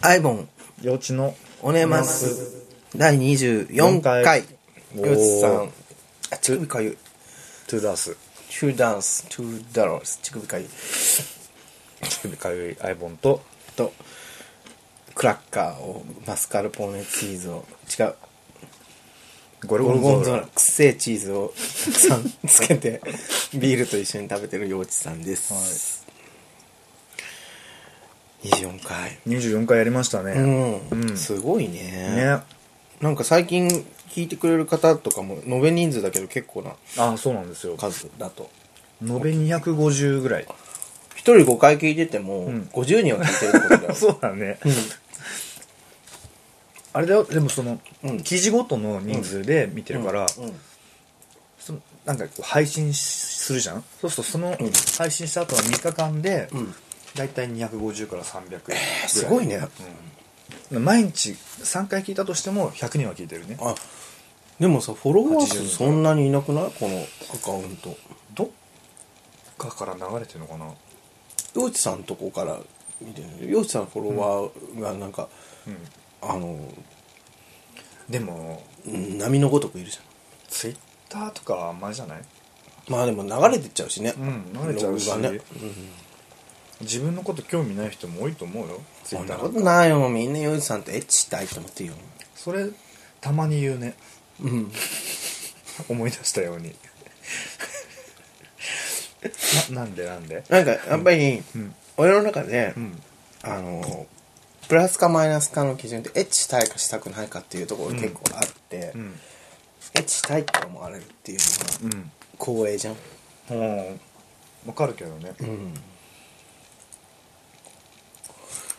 アイボン幼稚のおねます第24回およーつさんあ乳首かゆいトゥーダース チューダンスチューダロス乳首かゆい乳首かゆいアイボンととクラッカーをマスカルポーネチーズを違うゴルゴゴルンゴゾンーゾーララくっせえチーズをたくさんつけてビールと一緒に食べてる陽一さんです、24回24回やりましたね、うん、うんすごいねねなんか最近聞いてくれる方とかも延べ人数だけど結構なあそうなんですよ数だと延べ250ぐらい1 人5回聞いててもん50人は聞いてるってことだよ、 そうだね、あれだよでもその、うん記事ごとの人数で見てるから、うんうんそのなんかこう配信しするじゃんそうするとそのん配信した後の3日間で、うんだいたい250から300ぐらい、すごいね、毎日3回聞いたとしても100人は聞いてるねあでもさフォロワー80数そんなにいなくないこのアカウントどっかから流れてるのかな陽一さんとこから見てる陽一さんのフォロワーがなんか、うんあのでもうん波のごとくいるじゃツイッターとかあんまりじゃないんまあでも流れてっちゃうしね、うん流れちゃうしログがね、自分のこと興味ない人も多いと思うよツイそッんタなーこなんとかないよみんな陽一さんとエッチしたいと思ってるよそれたまに言うねうん思い出したように ななんでなんでなんかやっぱり、うん俺の中で、んあのプラスかマイナスかの基準ってエッチしたいかしたくないかっていうところが結構あって、うんエッチしたいって思われるっていううのはん光栄じゃん、もうわかるけどねうん、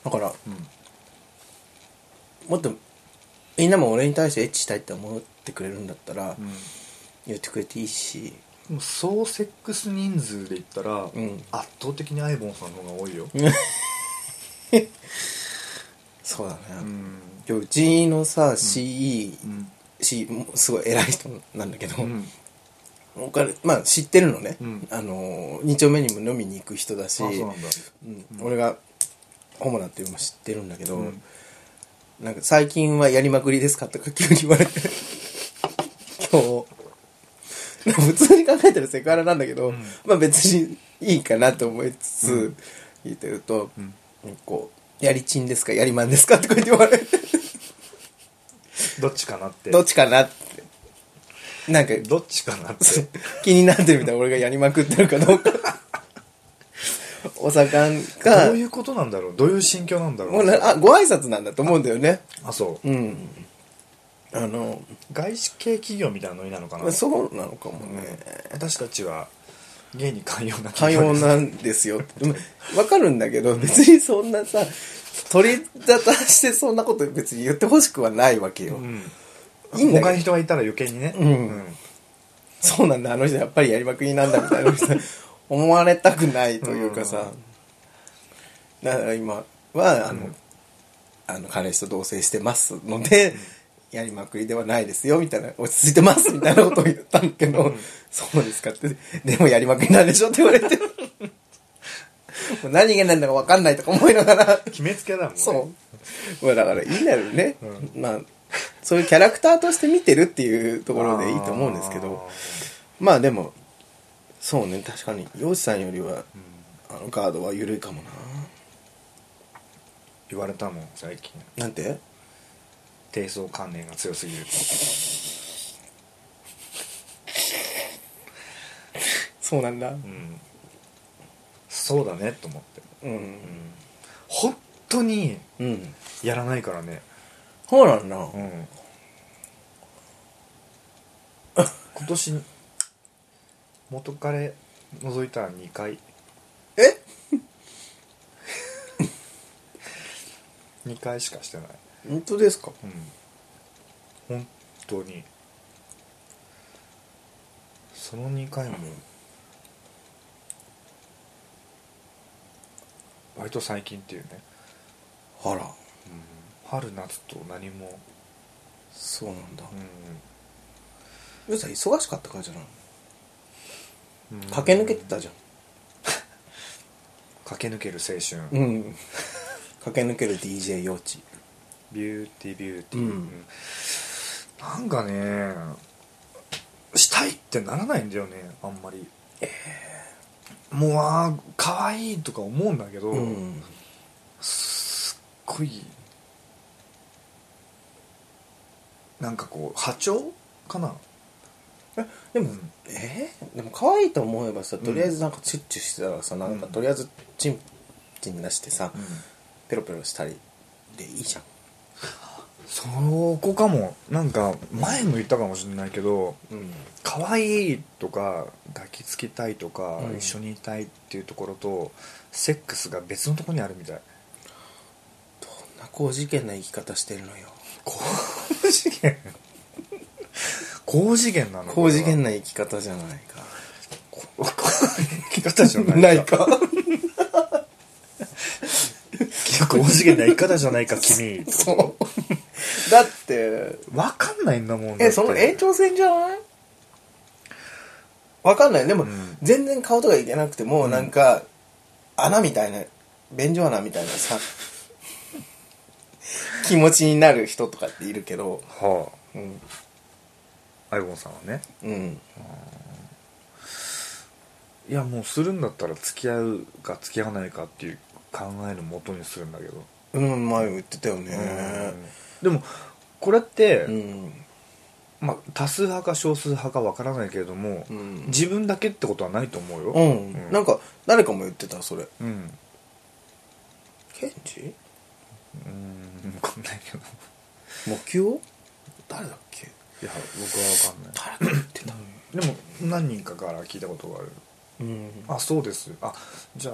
だからうんもっとみんなも俺に対してエッチしたいって思ってくれるんだったら、うん言ってくれていいしでも総セックス人数で言ったら、ん圧倒的にアイボンさんの方が多いよ、そうだね、うん今日うちのさ CE、うん、 C もうすごい偉い人なんだけど、うん僕はまあ知ってるのね、うんあの2丁目にも飲みに行く人だしあそうなんだうん俺がホモだっていうのも知ってるんだけど、うんなんか最近はやりまくりですかとか急に言われて今日普通に考えたらセクハラなんだけど、んまあ別にいいかなと思いつつ、言ってると、んこうやりちんですかやりまんですかとか言って言われてどっちかなってどっちかなってなんか どっちかなって気になってるみたいな俺がやりまくってるかど うかお盛んかどういうことなんだろうどういう心境なんだろうもうなあご挨拶なんだと思うんだよねあそう、うんあの外資系企業みたいなノリなのかな、そうなのかもね私たちは芸に寛容な寛容ななんですよでもわかるんだけど別にそんなさ取り沙汰してそんなこと別に言ってほしくはないわけよ、うんいいんだけど他に人がいたら余計にねうんそうなんだあの人やっぱりやりまくりなんだみたいな ことさ思われたくないというかさ、だから今はあの、あの彼氏と同棲してますので、やりまくりではないですよみたいな落ち着いてますみたいなことを言ったんだけど、そうですかってでもやりまくりなんでしょって言われてもう何が何だか分かんないとか思いながら決めつけだもんねそうまあだからいいんだろうね、まあそういうキャラクターとして見てるっていうところでいいと思うんですけどまあでもそうね確かに洋治さんよりは、あのガードは緩いかもな言われたもん最近なんて低層観念が強すぎるそうなんだうんそうだねと思ってうん本当にうんやらないからねそうなんだ、うん今年元彼除いたら2回え2回しかしてない本当ですかうん本当にその2回も割と最近っていうね、あらうん、春夏と何もそうなんだう洋治さん忙しかったからじゃないんうん駆け抜けてたじゃん駆け抜ける青春うん駆け抜ける DJ 用地ビューティービューティー、うんなんかねしたいってならないんだよねあんまりもうあー可愛いとか思うんだけど、うんすっごいなんかこう波長かなえでも、うんえーでも可愛いと思えばさとりあえずなんかチュッチュしてたらさ、なんかうんとりあえずチンチン出してさ、うんペロペロしたりでいいじゃんそこかもなんか前も言ったかもしれないけどうん可愛いとか抱きつきたいとか、うん一緒にいたいっていうところとセックスが別のところにあるみたいどんな高次元な生き方してるのよ高次元高次元なの高次元なな生き方じゃないか生き方じゃな いないか高次元な生き方じゃないか君ってことそうだってわかんないんだもんだってえその延長線じゃないわかんないでも、うん全然顔とかいけなくても、なんか穴みたいな便所穴みたいな さ気持ちになる人とかっているけどはうん、あアイボンさんはねうん、いやもうするんだったら付き合うか付き合わないかっていう考えのもとにするんだけどうん前言ってたよねでもこれって、うんまあ、多数派か少数派かわからないけれども、うん自分だけってことはないと思うようん、うんなんか誰かも言ってたそれうんケンジうん分かんないけど目標誰だっけいや僕は分かんない誰か言ってたでも何人かから聞いたことがあるうんあそうですあじゃあ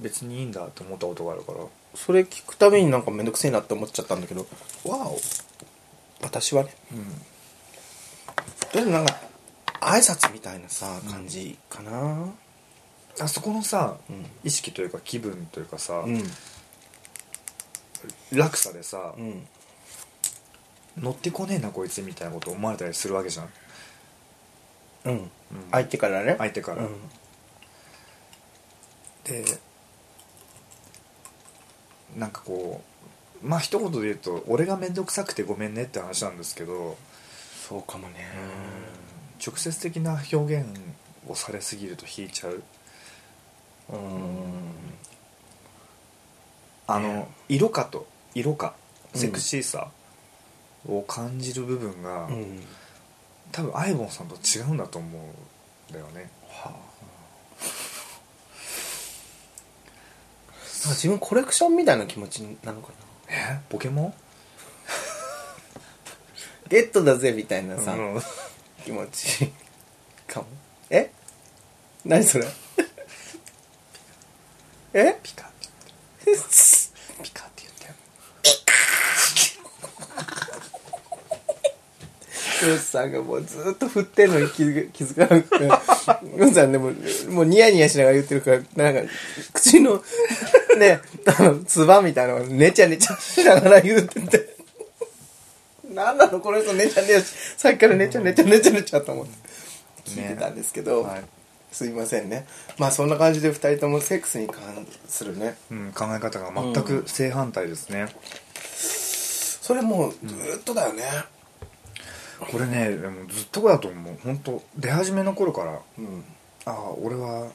別にいいんだって思ったことがあるからそれ聞くたびになんかめんどくせえなって思っちゃったんだけどわお私はねうんでもなんか挨拶みたいなさ感じかなあそこのさ、うん意識というか気分というかさ、うん落差でさ、うん乗ってこねえなこいつみたいなこと思われたりするわけじゃん、うんうん相手からね相手から、うんでなんかこうまあ一言で言うと俺が面倒くさくてごめんねって話なんですけどそうかもね直接的な表現をされすぎると引いちゃううんあの色かと色かうんセクシーさを感じる部分が、うん多分アイボンさんと違うんだと思うんだよねはあなんか自分コレクションみたいな気持ちなのかなえポケモンゲットだぜみたいなさ、うん気持ちかもえ何それ えピカピカって言ったようーさんがもうずっと振ってんのに気づ気づかなくて。うーさんでも、もうニヤニヤしながら言ってるから、なんか、口の、ね、あの、つばみたいなのがねちゃねちゃしながら言ってて。なんなのこの人ねちゃねちゃし、さっきからねちゃねちゃねちゃねちゃと思って聞いてたんですけど、はいすいませんね。まあそんな感じで二人ともセックスに関するね。うん、考え方が全く正反対ですね、それもうずーっとだよね。これねでもずっとこだと思う本当出始めの頃からうん。ああ俺は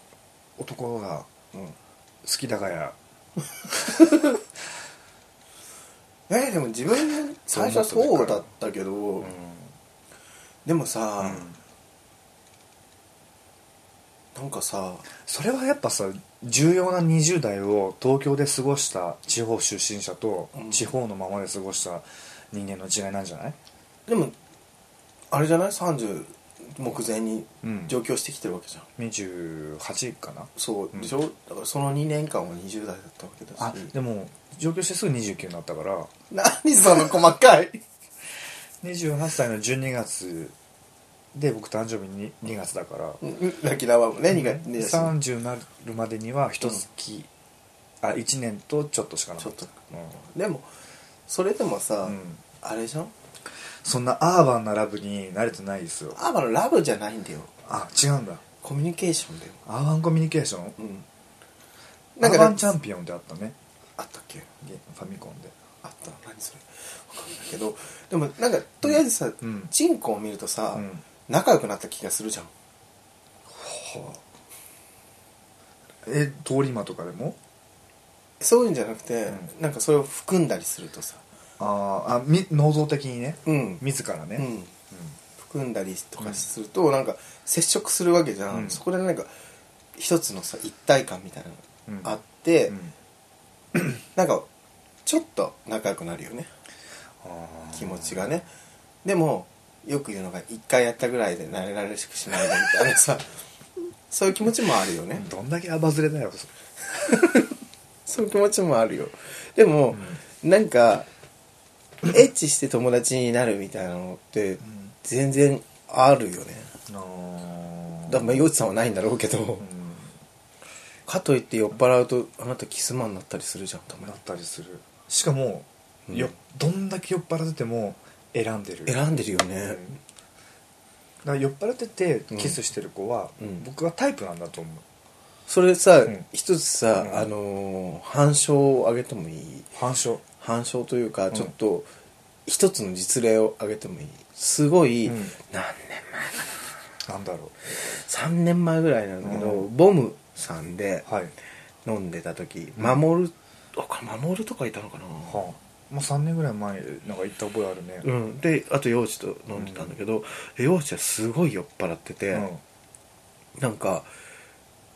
男がうん。好きだからえでも自分最初はそうだったけど、うんでもさ、うんなんかさそれはやっぱさ重要な20代を東京で過ごした地方出身者とうん地方のままで過ごした人間の違いなんじゃないでもあれじゃない30目前にうん上京してきてるわけじゃん、 28かなそうでしょ、だからその2年間は20代だったわけだしあでも上京してすぐ29になったから何その細かい 28歳の12月で僕誕生日に2月だからうん泣きなわもね苦手だし30になるまでには一月、あ1年とちょっとしかなかったちょっでもそれでもさ、うんうんあれじゃんそんなアーバンなラブに慣れてないですよあまあラブじゃないんだよあ違うんだコミュニケーションだよアーバンコミュニケーションうんアーバンチちゃャんンピオンってあったねあったっけゲファミコンであった何それわかんないけどでもなんかとりあえずさ、うんチンコを見るとさ、うん仲良くなった気がするじゃんえ通り魔とかでもそういうんじゃなくて、うなんかそれを含んだりするとさあーあみ能動的にねうん、自らね、ううんん、含んだりとかすると、なんか接触するわけじゃん、うんそこでなんか一つのさ一体感みたいなのうんがあって、うんなんかちょっと仲良くなるよねあー気持ちがねでもよく言うのが一回やったぐらいで慣れられしくしないでみたいな さそういう気持ちもあるよねどんだけアバズレだよそれそういう気持ちもあるよでも、なんかエッチして友達になるみたいなのってん全然あるよねあだからまあ洋一さんはないんだろうけど、かといって酔っ払うとあなたキスマンになったりするじゃんたまになったりするしかも、うんよどんだけ酔っ払ってても選んでる選んでるようんだねから酔っ払っててキスしてる子は、うん僕はタイプなんだと思うそれさ、うん一つさ、うんあのー反証をあげてもいい反証反証というかんちょっと一つの実例を挙げてもいいすごい、うん何なんだろ3年前ぐらいなんだけど、うボムさんでうはい、は飲んでた時うん守るあか守るとかいたのかな、あ、もう3年ぐらい前なんか行った覚えあるねうん、であと幼児と飲んでたんだけど幼児はすごい酔っ払ってて、うんなんか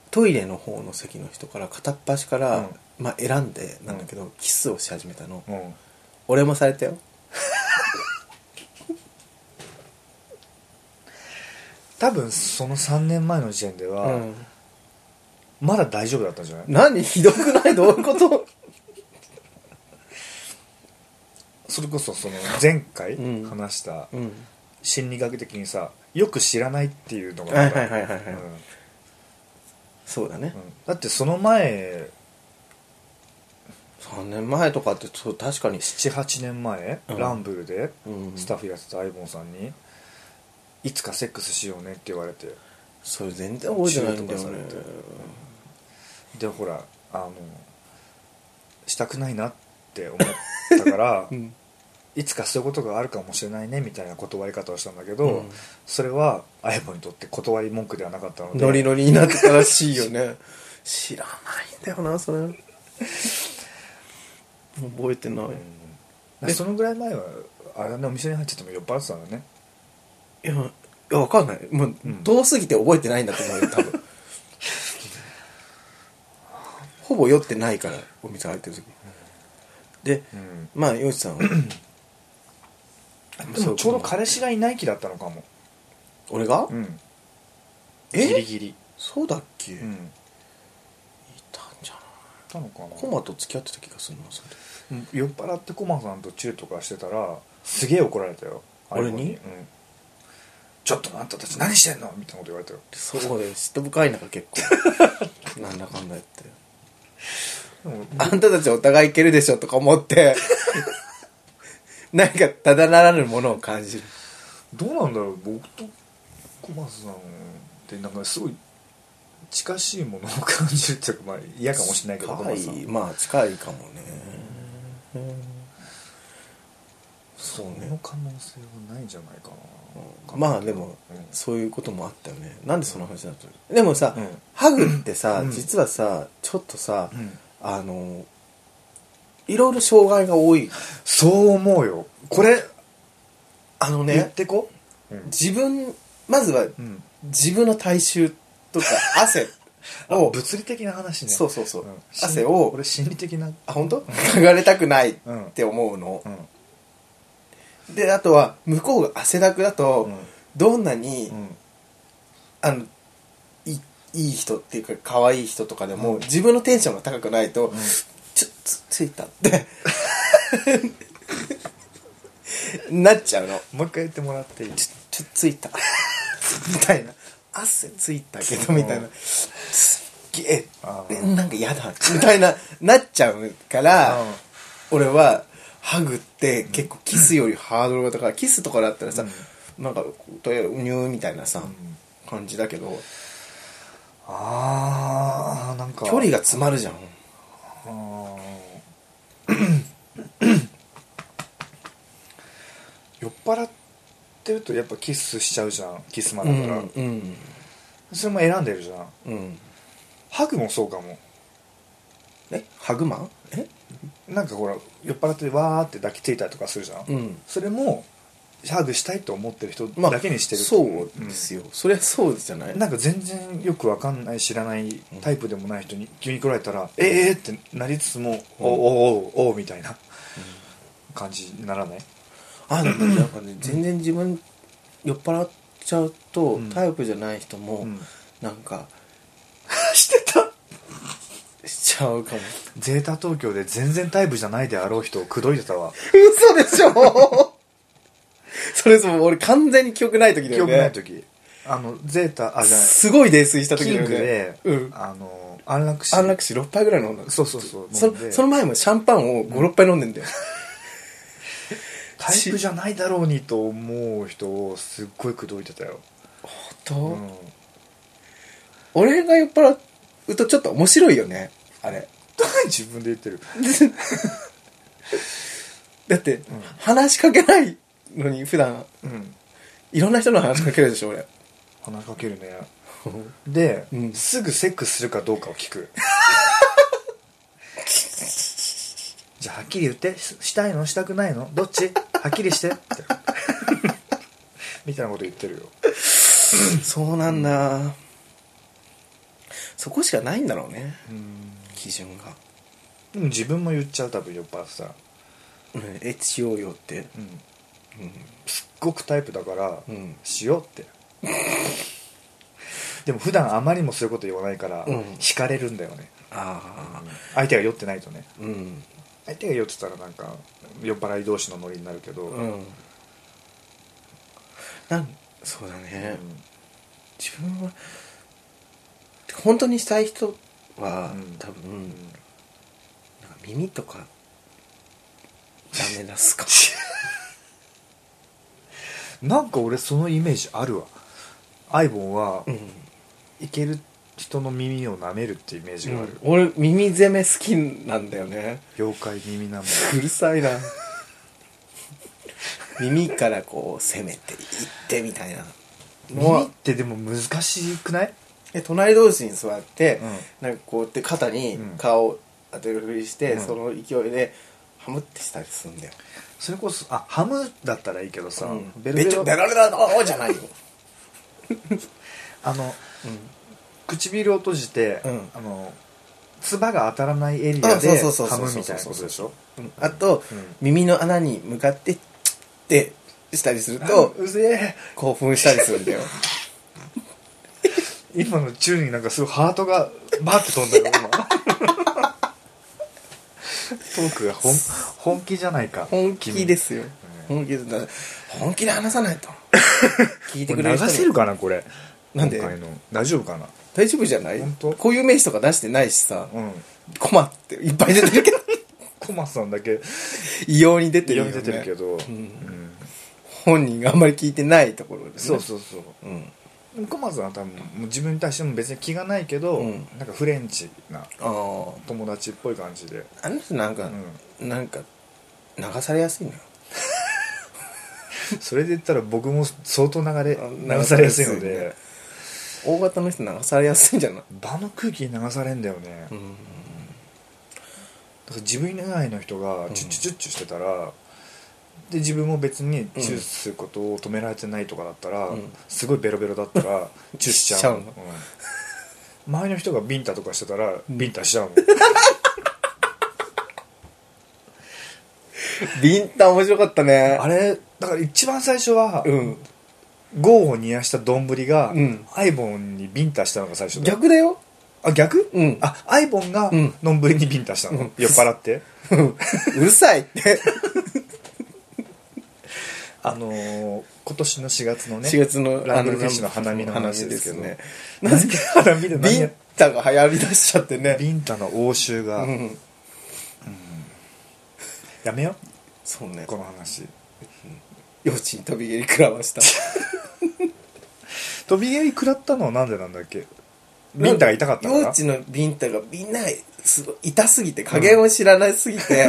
トイレの方の席の人から片っ端から、うんまあ、選んでなんだけど、キスをし始めたの、うん俺もされたよ多分その3年前の時点では、うんまだ大丈夫だったんじゃない何ひどくないどういうこと、それこそその前回うん話したうん、心理学的にさよく知らないっていうのがはあいったはいはいはいはい、うんうんそうだね、だってその前3年前とかってそう確かに78年前、うんランブルでうんスタッフやってた相棒さんに「いつかセックスしようね」って言われてそれ全然覚えてないんだよ中ね途とかされでほらあのしたくないなって思ったか ら、うんいつかそういうことがあるかもしれないねみたいな断り方をしたんだけど、うんそれは相棒にとって断り文句ではなかったのでノリノリになってたらしいよね 知らないんだよなそれ覚えてない、うんでそのぐらい前はあれねお店に入っちゃっても酔っ払ってたんだねいや、いや、わかんない。もう、うん遠すぎて覚えてないんだと思うよ、多 分。ほぼ酔ってないから、お店入ってる時。で、うんまあ、洋治さんは、でもちょうど彼氏がいない期だったのかも俺が、うんえギリギリそうだっけ、ういんたんじゃないたのかなコマと付き合ってた気がするな、それ。うん酔っ払ってコマさんとチューとかしてたらすげえ怒られたよ俺に相棒うんちょっとあんたたち何してんのみたいなこと言われたよそうだよ、嫉妬深い中結構。 なんだかんだ言って。でもあんたたちお互いいけるでしょとか思って、なんか、ただならぬものを感じる。どうなんだろう僕とコマさんってなんかすごい近しいものを感じるっていうかまあ嫌かもしれないけどコマさ近いんまあ近いかもね、そうそねの可能性はないんじゃないかな、まあでも、うんそういうこともあったよねなんでその話だったの、でもさ、うんハグってさ、うん実はさちょっとさ、うんあのいろいろ障害が多いそう思うよこれあの言っねてこうん自分まずはうん自分の体臭と か汗あを、物理的な話ねそうそうそう、ん汗を俺心理的なあ本当嗅がれたくないって思うの、うんであとは向こうが汗だくだと、うんどんなに、うんあのいいい人っていうか可愛い人とかでも、うん自分のテンションが高くないと、ちょっとつついたって なっちゃうのもう一回言ってもらっていいちょちょっとついた みたいな汗ついたけどみたいな、うんすっげあえーなんか嫌だみたいななっちゃうから、うん俺はハグって結構キスよりハードルが高いキスとかだったらさ、なんかとりあえずニューみたいなさ、ん感じだけどああなんか距離が詰まるじゃんあー酔っ払ってるとやっぱキスしちゃうじゃんキスマうだから、んうんそれも選んでるじゃんうんハグもそうかもえハグマンえなんかほら酔っ払ってわーって抱きついたりとかするじゃん、うんそれもハグしたいと思ってる人まあだけにしてる、そうですよ、そりゃそうじゃないなんか全然よくわかんない知らないタイプでもない人に急に来られたら「ええー!」ってなりつつも「おおおおお」みたいな感じにならないあでもなんかね全然自分酔っ払っちゃうと、うんタイプじゃない人も、うんなんか してたしちゃうかもゼータ東京で全然タイプじゃないであろう人を口説いてたわ嘘でしょ それそう俺完全に記憶ない時だ記よね憶ない時あのゼータあじゃないすごい泥酔した時キだンよグでね、うんあの安楽死安楽死6杯ぐらい飲んだそうそうそうそ飲んでその前もシャンパンを56杯飲んでんだよ、タイプじゃないだろうにと思う人をすっごい口説いてたよ、う本ん、 当俺が酔っ払うとちょっと面白いよねあれ自分で言ってるだって、ん話しかけないのに普段うんいろんな人の話しかけるでしょ俺鼻かけ るねで、うんすぐセックスするかどうか を聞くじゃあはっきり言ってししたいのしたくないのどっちはっきりして ってみたいなこと言ってるよ そうなんだ、そこしかないんだろうねうん基準が、でも自分も言っちゃう多分酔っ払ってたら、うん、エッチしようよってうん、うんすっごくタイプだから、うんしようってでも普段あまりもそういうこと言わないから、うん惹かれるんだよねああ相手が酔ってないとねうん相手が酔ってたらなんか酔っ払い同士のノリになるけど、うんなんそうだね、自分は本当にしたい人は、うん多分、うんなんか耳とかダメ出 すかなんか俺そのイメージあるわアイボンはうん、いける人の耳を舐めるってイメージがある、俺耳攻め好きなんだよね妖怪耳舐めうるさいな耳からこう攻めていってみたいなの耳はってでも難しくないで隣同士に座って、うなんかこうやって肩にうん顔を当てるふりして、うんその勢いでハムってしたりするんだよ、それこそあハムだったらいいけどさ、うん、ベベロベロベロロベロベロじゃないよあの唇を閉じて、うんあの唾が当たらないエリアあでそうそうそうそハうムみたいなことでしょうんあと、うん耳の穴に向かってチッってしたりするとうぜ興奮したりするんだよえ今の宙になんかすごいハートがバーって飛ん だよ今トークが本本気じゃないか本気ですすよ、本気で本気で話さない と聞いてくれ流る人にせるかなこれなんで今回の大丈夫かな大丈夫じゃない本当こういう名詞とか出してないしさ、うん困っていっぱい出てるけどコマさんだけ異様に出てるよ、読ね、み出てるけど、んうん本人があんまり聞いてないところで、ね、そうそうそうう、ん、でもコマさんは多分もう自分に対しても別に気がないけど、うんなんかフレンチなあ友達っぽい感じで、ああの人なんか、うなんか流されやすいのよん、それで言ったら僕も相当流れあ流されやすいの流されやで大型の人流されやすいんじゃない、場の空気に流されんだよね、うだかん、ら自分以外の人がチュッチュチュッチュしてたら、で自分も別にチューすることを止められてないとかだったら、うんすごいベロベロだったらチューしちしゃちゃううのうん周りの人がビンタとかしてたら、ビンタしちゃうのビンタ面白かったねあれだから一番最初は、うんゴーを煮やした丼が、うんアイボンにビンタしたのが最初だよ逆だよあ逆、うんあアイボンがうん丼にビンタしたの、うん酔っ払って うんうるさいってあのー今年の4月のね4月のランブルフィッシュの花見の話ですけどねなぜか花見で何ビやンタが流行りだしちゃってねビンタの応酬が、うんやめよそうねこの話幼稚に飛び蹴り食らわした飛び蹴り食らったのはなんでなんだっけ ビンタが痛かったか幼ら稚のビンタがみんなすごい痛すぎて加減を 知らなすぎて、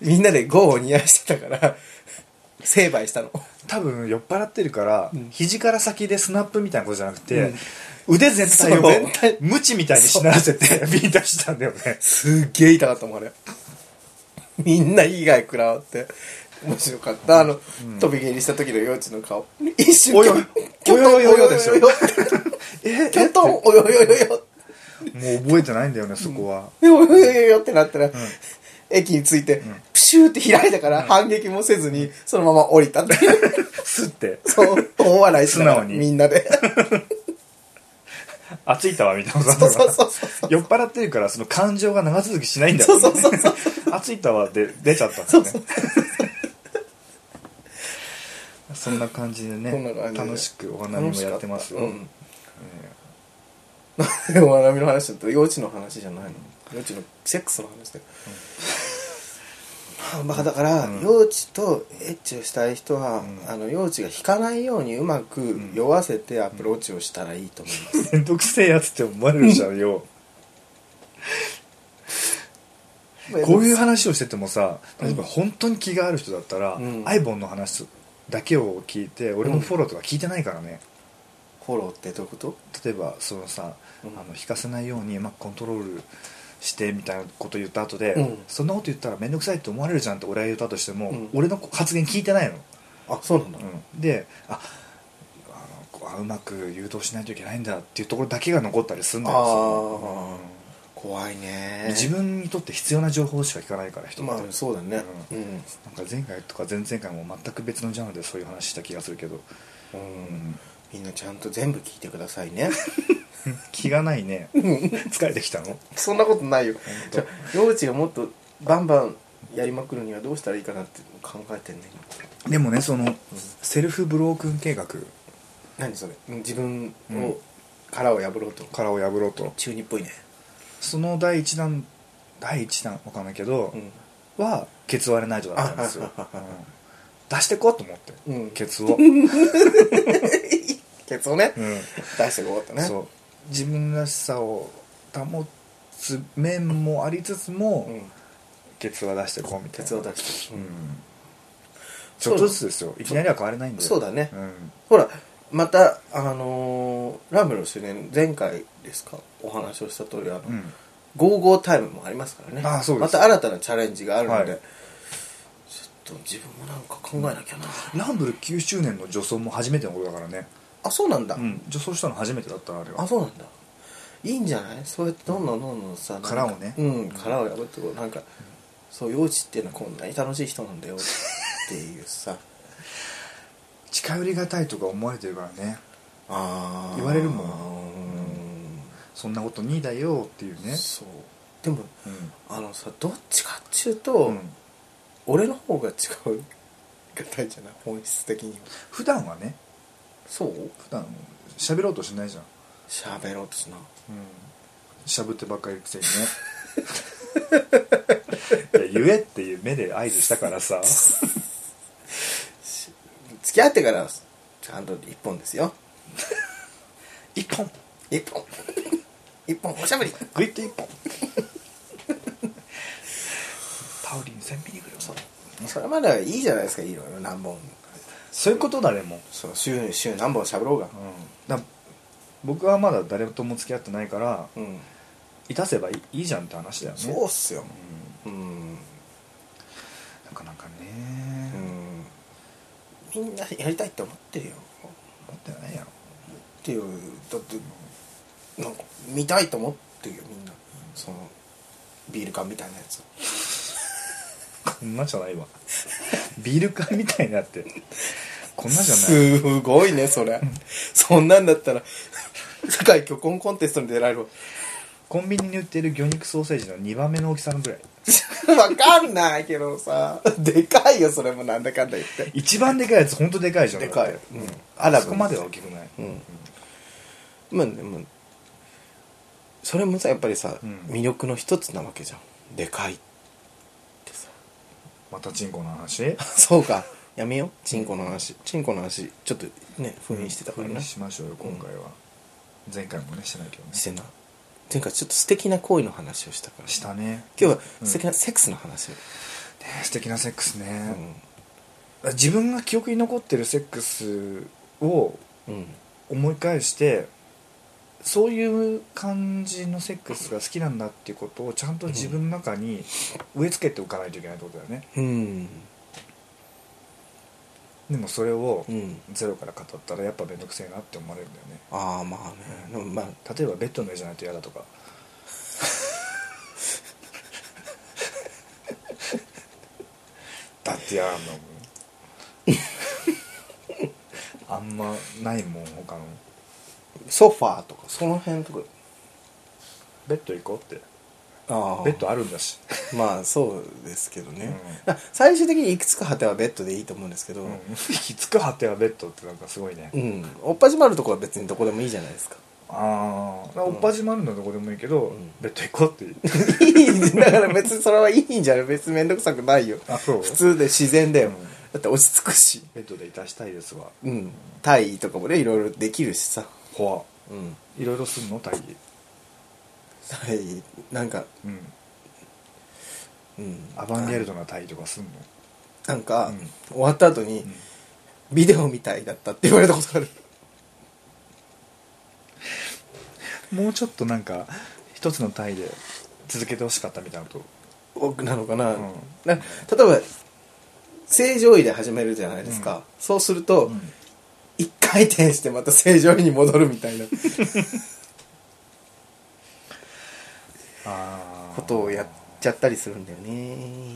みんなでゴーを煮やしてたから成敗したの多分酔っ払ってるから、うん肘から先でスナップみたいなことじゃなくて、うん腕全体そをう全体ムチみたいにしならせて ビンタしたんだよねすっげえ痛かったもんあれみんないい害食らって面白かったあの、飛び蹴りした時の幼稚の顔一瞬およおよおよおよでしょょ えキョトンおよおよおよもう覚えてないんだよねそこは、でおよおよおよってなったら、 駅に着いて、プシューって開いたから、反撃もせずにそのまま降りたっていうスッて そう大笑いしながら素直にみんな であついたわみたいなそうそうそうそう 酔っ払ってるからその感情が長続きしないんだそようそうそうそうあついたわで出ちゃったんだよねそんな感じでこんな感じねで楽しくお花見もやってますよ、楽しかったうん、お花見の話だったら幼稚の話じゃないの幼稚のセックスの話だよ、まあだから、うん幼稚とエッチをしたい人は、うんあの幼稚が引かないようにうまくん酔わせてアプローチをしたらいいと思い ます、めんどくせえやつって思われるじゃんよこういう話をしててもさ例えば本当に気がある人だったら、うんアイボンの話だけを聞いて俺もフォローとか聞いてないからね、フォローってどういうこと例えばそのさ、うんあの引かせないようにうまくコントロールしてみたいなこと言った後で、うんそんなこと言ったら面倒くさいって思われるじゃんって俺は言ったとしても、うん俺の発言聞いてないの、あそうなんだ、うんでああのこうあうまく誘導しないといけないんだっていうところだけが残ったりするんだよあーそ怖いねの自分にとって必要な情報しか聞かないから人って、まあそうだねうん、なんか前回とか前々回も全く別のジャンルでそういう話した気がするけど、うんうんみんなちゃんと全部聞いてくださいね気がないね疲れてきたの そんなことないよ 当じゃあ幼稚がもっとバンバンやりまくるにはどうしたらいいかなって考えてんねでもねそのセルフブロークン計画何それ自分を、うん殻を破ろうとからを破ろうと中二っぽいねその第一弾第一弾わかんないけど、うんはケツ割れナイトだったんですよ、あははははうん出してこうと思って、うんケツ を、ケツをね、うん出してこうってねそう自分らしさを保つ面もありつつも、うん、ケツは出してこうみたケいなツを出して、ううんんちょっとずつですよいきなりは変われないんでそうだねんほらまたあのーラムの主演前回ですかお話をした通りあの、うんゴーゴータイムもありますからねああそうですまた新たなチャレンジがあるので、はいちょっと自分もなんか考えなきゃな、ランブル9周年の女装も初めてのことだからねあそうなんだ、うん女装したの初めてだったあれはあそうなんだいいんじゃないそうやってどんどんどんどんさなんか殻をねうん殻を破ってこうなんかそう幼稚っていうのはこんなに楽しい人なんだよっていう さ近寄りがたいとか思われてるからねあー言われるもんうそんなことにだよっていうねんそうでもうんあのさどっちかっちゅうと、うん俺の方が違う方じゃない本質的には普段はねそう普段喋ろうとしないじゃん喋ろうとしなしゃぶってばっかりいるくせにねいや言えっていう目で合図したからさ付き合ってからちゃんと一本ですよ一本一本 一本おしゃべりグイッと一本タオリン1000ミリグラムそうそれまではいいじゃないですかいろいろ何本そういうことだねもう、そう週週何本しゃべろうがうん、だ僕はまだ誰とも付き合ってないからうん、いたせばいいいいじゃんって話だよねそうっすよううん、んなかなかね、うん、みんなやりたいって思ってるよ持ってないやろっていうだってなんか見たいと思ってるよみんなそのビール缶みたいなやつこんなじゃないわビール缶みたいになってこんなじゃないすごいねそれそんなんだったら世界巨婚コンテストに出られるわコンビニに売ってる魚肉ソーセージの2番目の大きさのぐらいわかんないけどさでかいよそれもなんだかんだ言って一番でかいやつ本当でかいじゃんでかいだってうんアラブそこまでは大きくない、うんまあでもそれもさやっぱりさ、うん魅力の一つなわけじゃんでかいってさまたチンコの話そうかやめようチンコの話チンコの話ちょっとね封印してたから封ね印しましょうよ今回は、前回もねしてないけどねしてな前回ちょっと素敵な行為の話をしたからしたね今日はうん素敵なセックスの話を、ね素敵なセックスね、うん自分が記憶に残ってるセックスをうん思い返してそういう感じのセックスが好きなんだっていうことをちゃんと自分の中に植え付けておかないといけないってことだよねうんでもそれをうんゼロから語ったらやっぱ面倒くせえなって思われるんだよねああまあねでもまあ例えばベッドの上じゃないと嫌だとかだって嫌なんだもんあんまないもん他のソファーとかその辺とかベッド行こうってああベッドあるんだしまあそうですけどね、うんだから最終的にいくつか果てはベッドでいいと思うんですけど、うん、きつく果てはベッドってなんかすごいね、うん、おっぱじまるとこは別にどこでもいいじゃないですか ああおっぱじまるのどこでもいいけど、んベッド行こうっていいだから別にそれはいいんじゃない別に面倒くさくないよ あそう普通で自然だよ、うんだって落ち着くしベッドでいたしたいですわうん体位とかもねいろいろできるしさほわうんいろいろすんの大義体位なんかうんうんアバンギャルドな大義とかすんのなんか、うん終わった後に、うんビデオみたいだったって言われたことあるもうちょっとなんか一つの単位で続けてほしかったみたいなこと僕なのかな,、うんな例えば正常位で始めるじゃないですか、うんそうすると、うん一回転してまた正常位に戻るみたいなああことをやっちゃったりするんだよね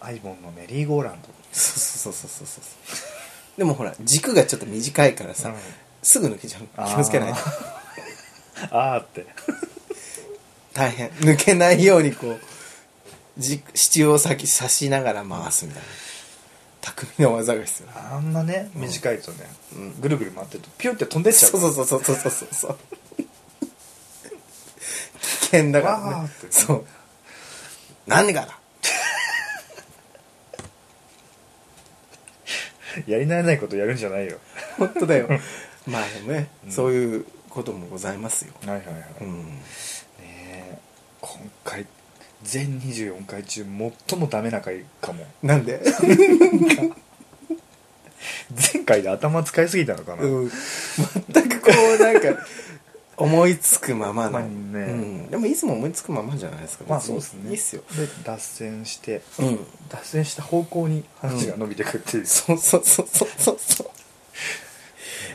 アイボンのメリーゴーランドそうそうそうそうそうそうでもほら軸がちょっと短いからさ、うんすぐ抜けちゃう あー気をつけないとああって大変抜けないようにこうじ支柱を先刺しながら回すみたいな巧みな技が必要あんまね短いとね、うんぐるぐる回ってるとピュンって飛んでっちゃうそうそうそうそうそうそうそう危険だからわーねってねそう何がだやり慣れないことやるんじゃないよ本当 だよまあでもね、そういうこともございますよはいはいはい、うねんえ今回全24回中最もダメな回かもなん で、前回で頭使いすぎたのかな、うん、全くこうなんか思いつくままの、まあねうん、でもいつも思いつくままじゃないですかまあそうですねいいっすよで脱線してうん脱線した方向に話が伸びてくっていう、そうそうそうそうそうそう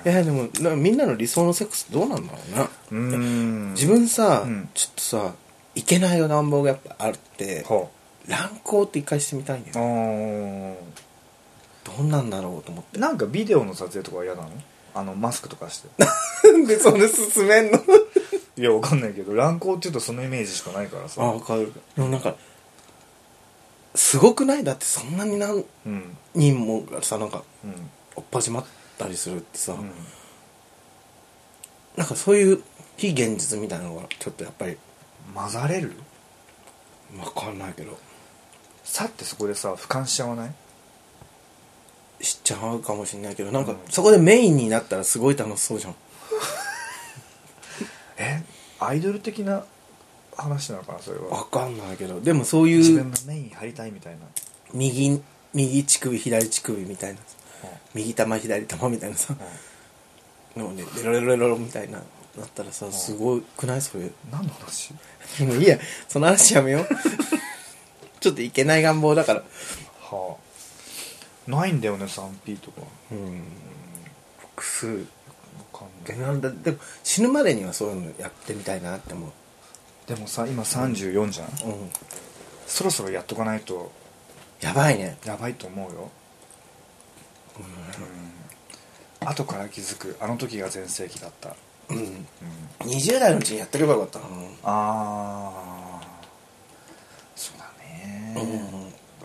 いやでもなみんなの理想のセックスどうなんだろうなうーん自分さ、うんちょっとさいけない願望がやっぱあるっては乱行って一回してみたいんだあよーどんなんだろうと思っ なんかビデオの撮影とかは嫌なのあのマスクとかして てなんでそんな進めんのいやわかんないけど乱行っていうとそのイメージしかないか らあさわかるでもなんかすごくないだってそんなに何うん人もがさなんかうんおっ始まったりするってさ、うんなんかそういう非現実みたいなのがちょっとやっぱり混ざれるわかんないけどさってそこでさ俯瞰しちゃわないしちゃうかもしれないけどなんかうんそこでメインになったらすごい楽しそうじゃんえアイドル的な話なのかなそれわはかんないけどでもそう自いう分のメイン張りたいみたいな右右乳首左乳首みたいな右玉左玉みたいなさのねレロレロレロみたいななったらさすごくないそれ何の話もういいやその話やめよう ちょっといけない願望だからはあないんだよね 3P とかうん複数わかんないなんだでも死ぬまでにはそういうのやってみたいなって思でもさ今34じゃんううんそろそろやっとかないとやばいねやばいと思うようん後から気づくあの時が全盛期だった、うんうん、 20代のうちにやってればよかったなああそうだね、うん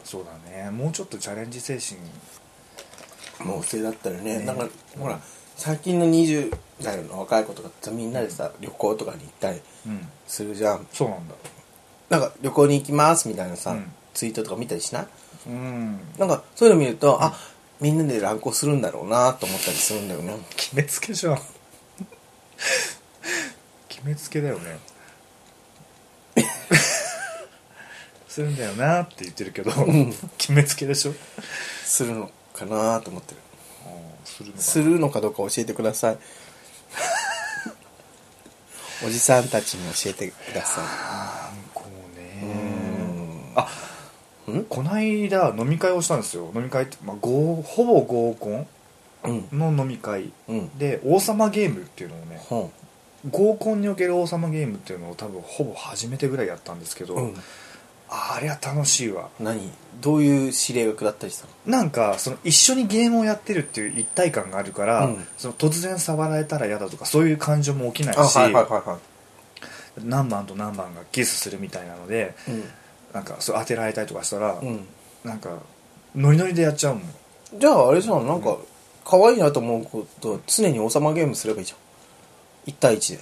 そうだねもうちょっとチャレンジ精神もうせいだったらねねなんかほら最近の20代の若い子とかってみんなでさ旅行とかに行ったりうんするじゃんそうなんだなんか旅行に行きますみたいなさ、うんツイートとか見たりしないうんなんかそういうの見ると、あみんなで乱行するんだろうなと思ったりするんだよね決めつけじゃん決めつけだよねするんだよなって言ってるけど、決めつけでしょ、うん、するのかなと思ってるするのかなするのかどうか教えてください おじさんたちに教えてくださなんこういねあうんんこないだ飲み会をしたんですよ飲み会って、まあ、合ほぼ合コンうんの飲み会うんで王様ゲームっていうのをねほ合コンにおける王様ゲームっていうのを多分ほぼ初めてぐらいやったんですけど、う、うん、あれは楽しいわ何どういう指令が下ったりしたのなんかその一緒にゲームをやってるっていう一体感があるから、うんその突然触られたら嫌だとかそういう感情も起きないし、は何番と何番がキスするみたいなのでいなんかそう当てられたりとかしたら、うん、なんかノリノリでやっちゃうもんうん、じゃああれじゃんなんか可愛いなと思うことは常に王様ゲームすればいいじゃん1対1で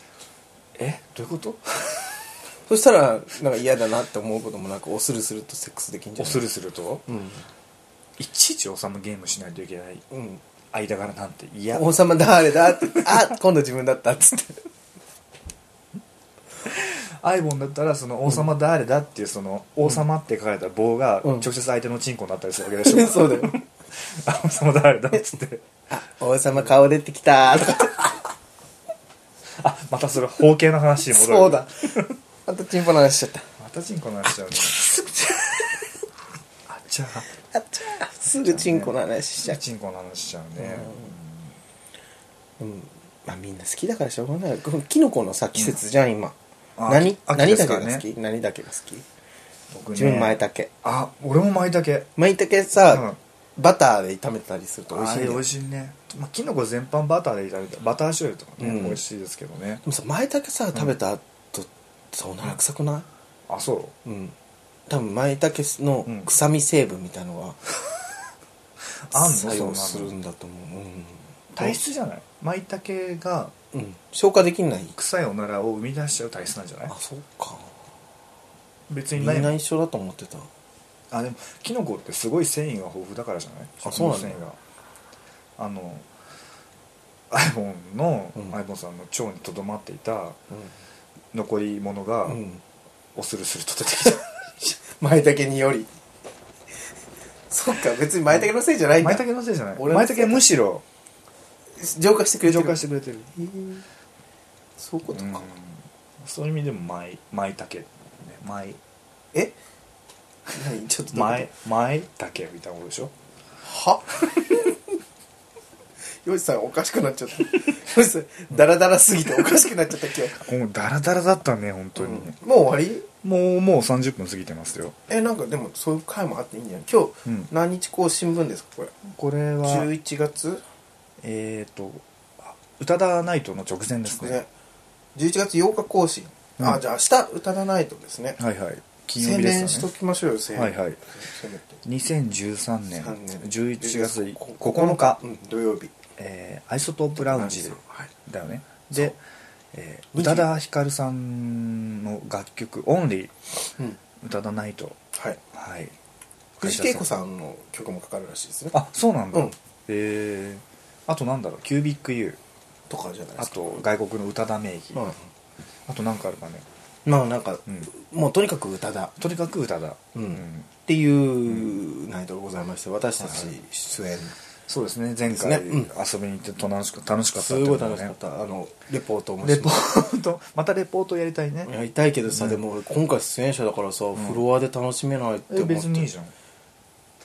えどういうことそしたらなんか嫌だなって思うこともなくおするするとセックスできんじゃおないするするとうん、いちいち王様ゲームしないといけないうん、間柄なんて嫌王様誰だってあ今度自分だったっつってアイボンだったらその王様誰だっていうその王様って書かれた棒がうん直接相手のチンコになったりするわけでし ょ、そうだよあ 王様誰だっつってあ王様顔出てきたとかあまたそれ包茎の 話に戻るそうだあとチンポの話しちゃったまたチンコの話し ちゃうねあっちゃあっちゃすぐチンコの話しちゃあう、チンコの話しちゃうね、うんまあ、みんな好きだからしょうがないこのキノコのさ季節じゃん今、あ何秋何でだけすがからね好き、何だけが好き僕ね自分舞茸あ俺も舞茸舞茸さ、バターで炒めたりすると美味しいあんだれよ美味しいね、まあ、キノコ全般バターで炒めたバター醤油とかね、うん美味しいですけどねでもさ舞茸さ食べた後さおなら臭くないあそううん多分舞茸のうん臭み成分みたいのがあんの作用すそんるなのんだと思う体質じゃない舞茸がうん、うん、消化できない臭いおならを生み出しちゃう体質なんじゃないあそうか別みにんないな一緒だと思ってたあでもキノコってすごい繊維が豊富だからじゃないあそうなんだ繊維があのアイボンの、うんアイボンさんの腸にとどまっていたう残り物が、ん、うん、おするすると出てきた 舞茸によりそっか別に舞茸のせいじゃないんだ舞茸のせいじゃない俺舞のせい茸むしろ浄化してくれて浄る化してくれてるへえそういうことか、うんそういう意味でも舞舞茸ね舞え何ちょっとどういう舞舞茸みたいなことでしょことは ヨシさんおかしくなっちゃったヨシさんダラダラすぎておかしくなっちゃった今日もうダラダラだったね本当に、もう終わりもうもう30分過ぎてますよえなんかでもそういう回もあっていいんじゃない今日、うん何日更新分ですかこれこれは11月えっ、とあ宇多田ナイトの直前ですねね11月8日更新、うんあじゃあ明日歌わないとですねはいはい金曜宣日で伝ししたとねきましょうよ宣伝はいはいせめて2013年三年11月9日、うん、土曜日えーアイソトープラウンジはいだよねで、えー20宇多田ヒカルさんの楽曲「オンリーうん宇多田ナイトはい」はい藤恵子さんの曲もかかるらしいですねあそうなんだ、うんえーあとなんだろうキュービック U とかじゃないであすかと外国の宇多田名義、うあとなんかあるかね、ん、まあなんか、うん、もうとにかく歌だとにかく宇多田、うんっていうナイトがございまして私たち出演そうですね前す回ね遊びに行ってと楽しか楽しかったすってごういの楽しがかっねたあのレポートもレポート またレポートやりたいねやりたいけどさ、でも俺今回出演者だからさ、フロアで楽しめないって思えって別にいいじゃん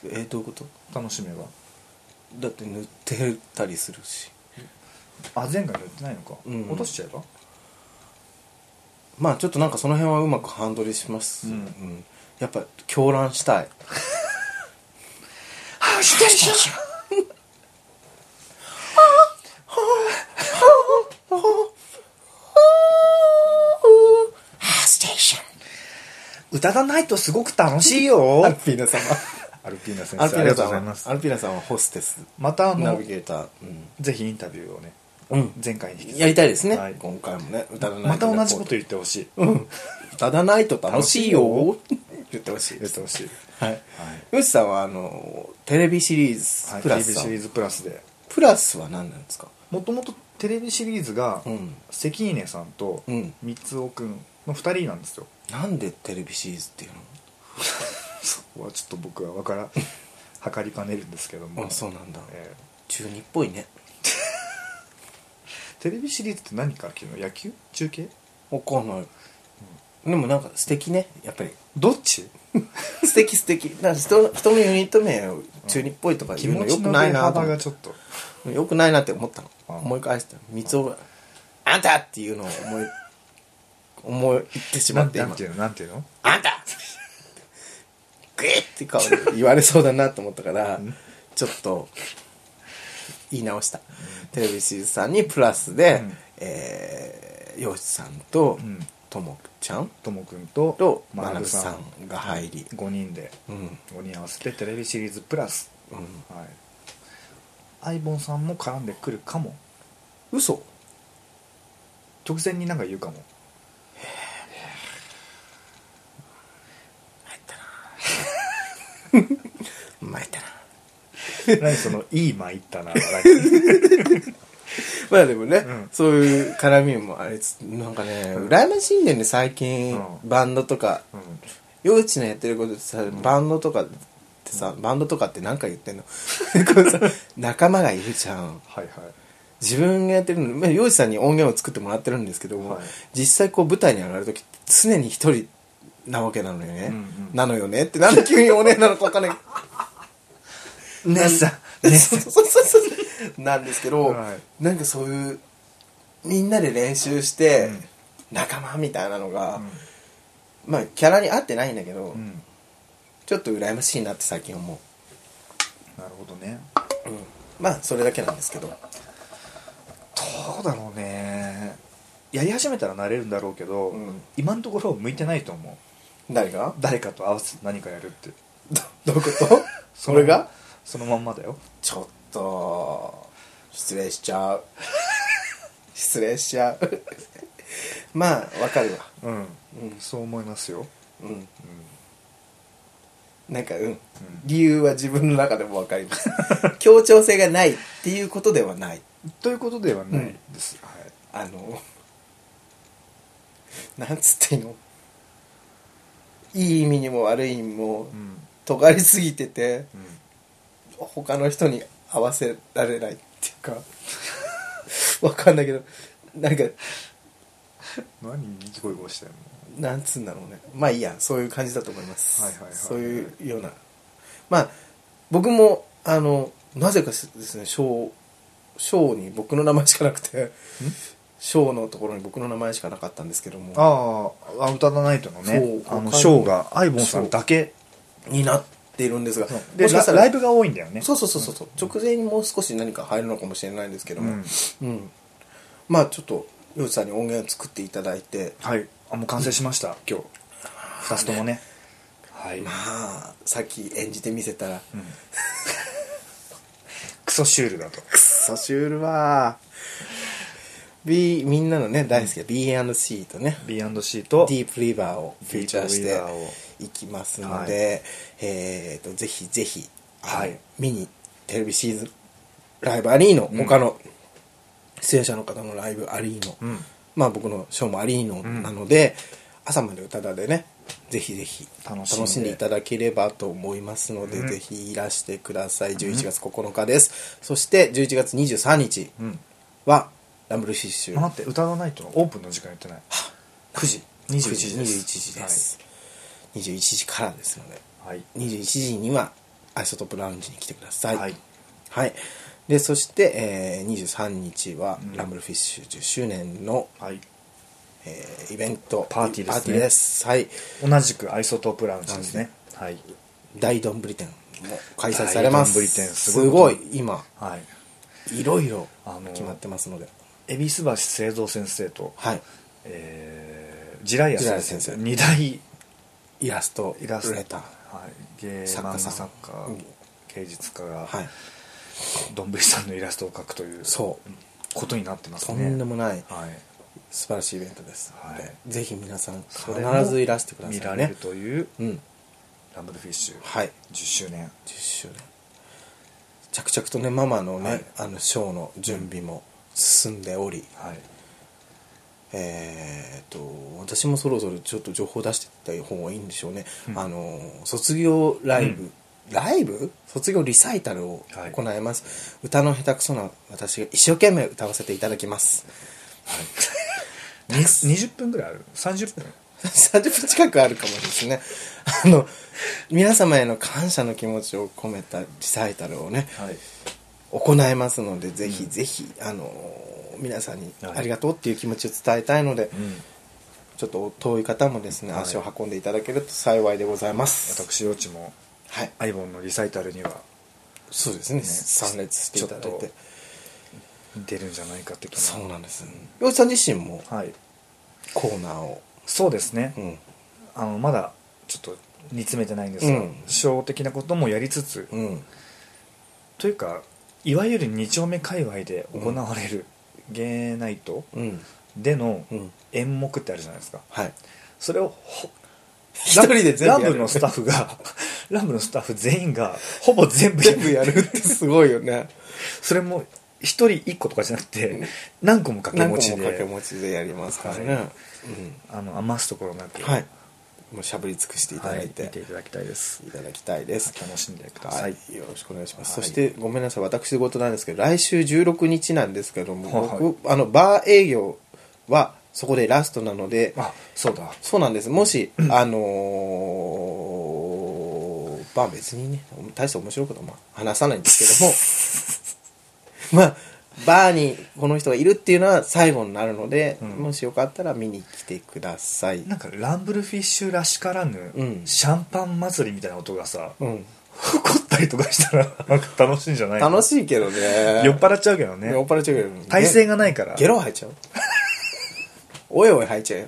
えどういうこと楽しめばだって塗ってたりするしあ前回塗ってないのか、うん落としちゃえばまあちょっとなんかその辺はうまくハンドルします、うんんやっぱ狂乱したいあしてるじゃんハーステーション宇多田ナイトすごく楽しい よアルピーナ様アルピーナ先アル生ピあーナさんりがとうございまはすアルピーナさんはホステスまたあナのビゲーター、うんぜひインタビューをね、うん前回に引き続やりたいですね、はい今回もね歌きまた同じこと言ってほしい、歌だないと楽しいよ言ってほしいで言っすてほしい、はい吉さんはあのテレビシリーズはプい、テラレビスさんシリーズプラスでプラスは何なんですかもともとテレビシリーズが、うん関根さんとうん三つおくんの2人なんですよなんでテレビシリーズっていうのそこはちょっと僕は 分から測りかねるんですけどもあそうなんだえ中二っぽいねえテレビシリーズって何から来るの野球中継わかんない、でもなんか素敵ねやっぱりどっち素敵素敵なんか人人のユニット名を中二っぽいとか気言う持のよちくのない出なと幅思がっちょっとてよくないなって思ったのうん思い返したの三尾が「あんた!」っていうのを思い 思い言ってしまなっんててなん今ていうのなんていうの「あんた!」 グイッって顔で言われそうだなと思ったからんちょっと言い直したテレビシリーズさんにプラスで、うんえー、洋一さんとうんとも、ちゃんともくんととままななぶぶささんんが入り、 5人でうん5人合わせてテレビシリーズプラスうん、はいアイボンさんも絡んでくるかも嘘直前になんか言うかも参ったな参ったな何そのいい参った な笑 まあでもね、うんそういう絡みもあれつなんかね、羨ましいんだよね最近、うんバンドとかうん幼稚のやってることってさ、バンドとかってさ、バンドとかって何か言ってんの これさ仲間がいるじゃんはいはい自分がやってるのまあ幼稚さんに音源を作ってもらってるんですけども、はい実際こう舞台に上がる時って常に一人なわけなのよね、うんうんなのよねってなんで急におねえなのかわ かんない姉さん姉さ そうそうそうそうなんですけど、はなんかそういうみんなで練習してうん仲間みたいなのんが、まあキャラに合ってないんだけど、うんちょっと羨ましいなって最近思なるほどねう、うんまあそれだけなんですけどどうだろうねやり始めたらなれるんだろうけど、うん今のところ向いてないと思う誰が誰かと合わせて何かやるってどどういうことそれが そのまんまだよちょっと失礼しちゃ う失礼しちゃう まあわかるわうん、うんそう思いますよ、うんうんなんかうん、理由は自分の中でも分かります 協調性がないっていうことではないということではないです、はいあのなんつっていいのいい意味にも悪い意味にもうん尖りすぎててうん他の人に合わせられないっていうか わかんないけどなんか何にゴイゴイしてんのなんつうんだろうねまあいいやそういう感じだと思います、はいはいはいそういうようなまあ僕もあのなぜかですね小小に僕の名前しかなくて小のところに僕の名前しかなかったんですけどもああアウターナイトのねそうあの他にショーがアイボンさんだけになっているんですがでもしかしたらラライブが多いんだよねそうそうそうそう、直前にもう少し何か入るのかもしれないんですけども、うんうんまあちょっと洋一さんに音源を作っていただいてはいあもう完成しました今日2つともねはい、まあさっき演じてみせたらうん クソシュールだとくそシュールは B みんなのね大好きな B&C とね B&C とディープリバーをフィーチャーしディてープリバーをいきますので、えー、とぜひぜひ、あのはい見にテレビシーズンライブアリーノ、他の出演者の方のライブアリーノ、うんまあ僕のショーもアリーノなので、朝まで歌だでねぜひぜひ楽しんでいただければと思いますので、うんぜひいらしてください11月9日です、そして11月23日うんはランブルフィッシュ待って歌わないとオープンの時間言ってない9時21時時でですす21時です、21時からですのではい21時にはアイソトップラウンジに来てくださいはいはいでそして、えー23日は、うんランブルフィッシュ10周年の、はいえーイベントパーティーですねパーティーですはい同じくアイソトープラウンジですねはい大どんぶり展も開催されます大丼展すすごごいい今はいいろいろあのー決まってますので、恵比寿橋製造先生と、はいえージライア先生ジライア先生二大イラストイラストレターはい、ゲー作家漫画さん作家、うん芸術家がはいどんぶりさんのイラストを描くというそうことになってますとねんでもないはい、素晴らしいイベントです、はいぜひ皆さんそ必れもずいらしてくださいね見られるといううんランブルフィッシュ、はい10周年10周年着々とねママのね、はい あのショーの準備も進んでおりはいえーっと私もそろそろちょっと情報出してった方がいいんでしょうね、うんあの卒業ライブ、うんライブ卒業リサイタルをはい行います、歌の下手くそな私が一生懸命歌わせていただきますに20分ぐらいある30分30分近くあるかもですねあの皆様への感謝の気持ちを込めたリサイタルをねはい行いますのでぜひぜひ、あの皆さんにはいありがとうっていう気持ちを伝えたいので、うんちょっと遠い方もですね、はい足を運んでいただけると幸いでございます私よちもはいアイボンのリサイタルにはそうですねね参列していただちいょっとて出るんじゃないか的なそうなんです洋一さん自身もはいコーナーをそうですね、うんあのまだちょっと煮詰めてないんですが、うん初歩的なこともやりつつ、うんというかいわゆる2丁目界隈で行われるゲーナイトうんでのうん演目ってあるじゃないですかはいそれをほ一人で全ラ部やブるのスタッフが ラブのスタッフ全員がほぼ全部 や全る部やるってすごいよ ねそれも1人1個とかじゃなくて何個も掛け何個持もち掛けで持ちでやりますからね、はうんあの余すところなく、はい。もうしゃぶり尽くしていたはだいい見て、いてい、ただきたいですただきたいです。楽しんでくだはさい、い。よろしくお願いします。はいそして、ごめんなさい。私事なんですけど、来週16日なんですけども、はいはい僕、あの、バー営業はそこでラストなので、あそうだそうなんです。もし、あのーまあ別にね、大して面白いことはまあ話さないんですけ ども、まあ、バーにこの人がいるっていうのは最後になるので、うんもしよかったら見に来てください。なんかランブルフィッシュらしからぬ、うんシャンパン祭りみたいな音がさ、うん。起こったりとかしたらなんか楽しいんじゃない楽ししいけどね。酔っ払っちゃうけどね酔っ払っちゃうけどね。体勢がないからゲロ吐いちゃう。 おいおい吐いちゃうよ。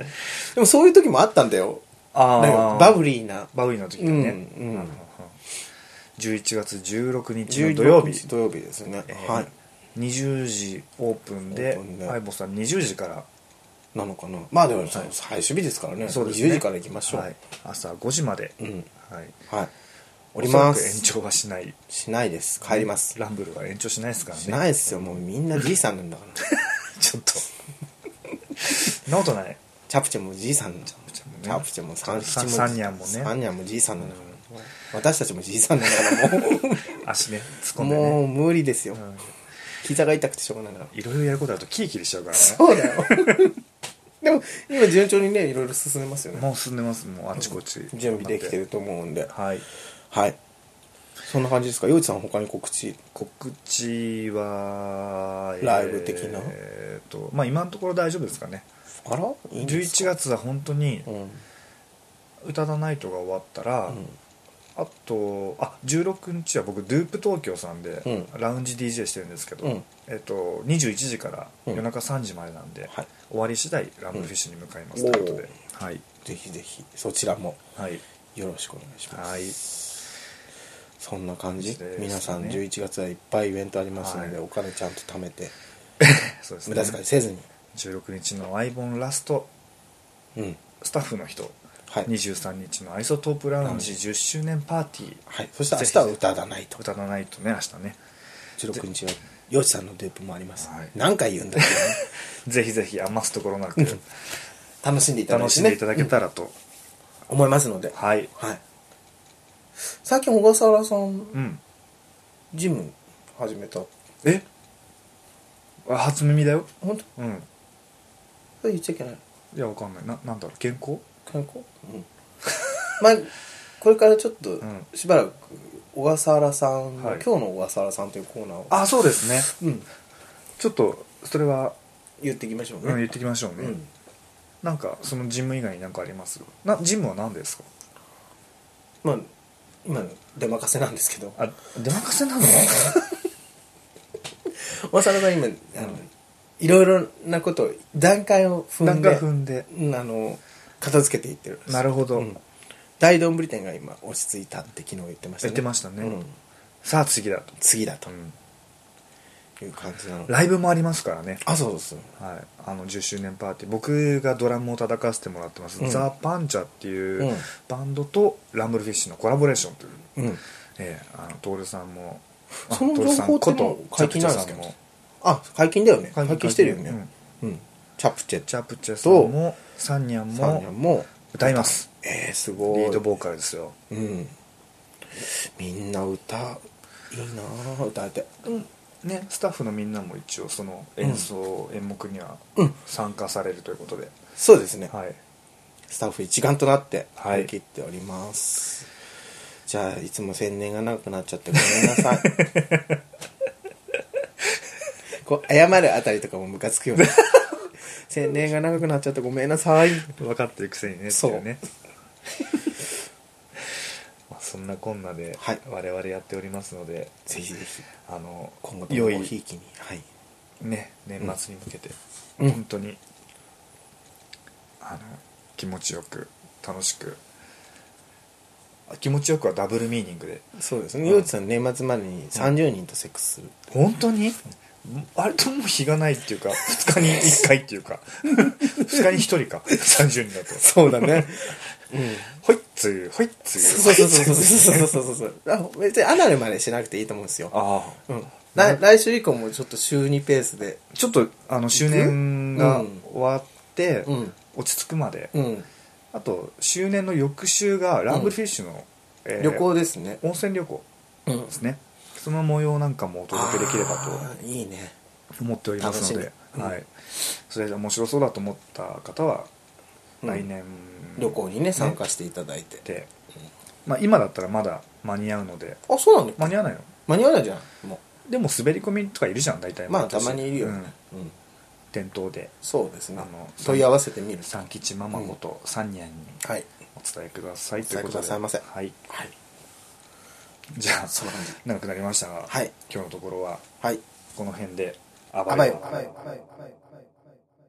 でもそういう時もあったんだよ。あなんかーバブリーな。バブリーの時だね、うんうんなるほど11月16日の16土曜日土曜日ですね。えーはい。 20時オープンでオープンで相棒さん20時から、なのかな。まあでも、はい最終日ですからね。そうですね10時から行きましょう。はい、朝5時まで、うん。はい、はい。おりまおそらく延す。長はしないしないです。帰ります。ランブルは延長しないですからねしないですよ。もうみんなじいさんなんだ から。ちょっと そんなことないチャプチェもじいさんじゃん。チチャプチェもねャプチェもサンサンサンニャンもねサンニャンもじいさんなんだから。私たちもじいさんなんだからも う。足ね突っ込んでねもう無理ですよ、ん膝が痛くてしょうがないからいろいろやることだとキリキリしちゃうからねそうだよ でも今順調にねいろいろ進めますよねもう進んでますもうあちこち準備できてると思うんではいはいそんな感じですか洋一さん他に告知告知はライブ的なえーっとまあ今のところ大丈夫ですかねあらいいんです11月は本当にかうん「歌だナイト」が終わったら、うんあとあ16日は僕ドゥープ東京さんでうラウンジ DJ してるんですけど、うんえーっと21時からうん夜中3時までなんで、はい終わり次第ランブルフィッシュに向かいますうとんいうことで、はいぜひぜひそちらもはいよろしくお願いします、 はいそんな感じ、ですね皆さん11月はいっぱいイベントありますので、はいお金ちゃんと貯めてそうです無ね駄遣いせずに16日のアイボンラストうんスタッフの人はい、 23日のアイソトープラウンジは10周年パーティーはい、そして明日は歌だないと歌わないとね明日ね16日はよちさんのデープもあります、はい何回言うんだっけどねぜひぜひ余すところなく楽しんでいただい楽てしんねでいただけたらと思いますので、はいはい、最近小笠原さんうんジム始めたえあ初耳だよ本当うんそれ言っちゃいけないいやわかんないななんだろう健康健康うん まあこれからちょっとんしばらく小笠原さんの、はい今日の小笠原さんというコーナーをあそうですねうん、ちょっとそれは、言っていきましょうね、うん、言ってきましょうね、うんなんかそのジム以外に何かありますなジムは何ですかまあ今出任せなんですけどあ出任せなの小笠原さん今あの、いろいろなことを段階を踏 なんんかで踏んでうんあの片付けていってるなるほど、うん大丼ぶり店が今落ち着いたって昨日言ってました言ってましたねうんさあ次だと、次だとうんいう感じなのライブもありますからねあそうですはい、あの10周年パーティー僕がドラムを叩かせてもらってます、うんザ・パンチャっていううんバンドとランブルフィッシュのコラボレーションという、うんええあのトールさんもあそのトールさん情報ってこともう解禁なんですかチャプチャさんもあ解禁だよね解解禁禁してるよねうんチャプチェチャプチェさんもサンニャンさんにゃんもも歌いますえー、すごいリードボーカルですようんみんな歌いいなあ歌えてね、スタッフのみんなも一応その演奏、演目にはうん参加されるということで、そうですね、はいスタッフ一丸となっては張いり切っております、じゃあいつも宣伝が長くなっちゃってごめんなさいこう謝るあたりとかもムカつくよね宣伝が長くなっちゃってごめんなさい分かってるくせにねってそういうね まあそんなこんなではい我々やっておりますので、ぜひぜひあの今後とも良ごひいいきにはいね年末に向けて、うん本当にあの気持ちよく楽しくあ気持ちよくはダブルミーニングでそうですねゆうちさん年末までに30人とセックスする、本当にあれともう日がないっていうか2日に1回 っていうか2日に1人か30人だとそうだ ねうんほいっつゆほいっつゆそうそうそうほいっつゆそうそうそうそうそうあ別にアナルまでしなくていいと思うんですよ、ああうん、来来週以降もちょっと週2ペースでちょっとあの周年が終わってうん落ち着くまでうんあと周年の翌週がラブフィッシュの、えー旅行ですね、温泉旅行うんですねその模様なんかもお届けできればとといいね思っておりますので楽、しみうんはい、それで面白そうだと思った方はうん来年、旅行にね参加していただいて、で、まあ、今だったらまだ間に合うのであそうなんだ間に合わないの間に合わないじゃんもでも滑り込みとかいるじゃん大体うまあ毎た年まにいるよね、ううんん店頭でそうですねあの問い合わせてみる三吉ママことサンニャンにはいお伝えくださいおとい伝えうくこだとさいでませはいはいじゃあそんな感じ長くなりましたがはい今日のところははいこの辺で暴あばよあばよあばよあばよ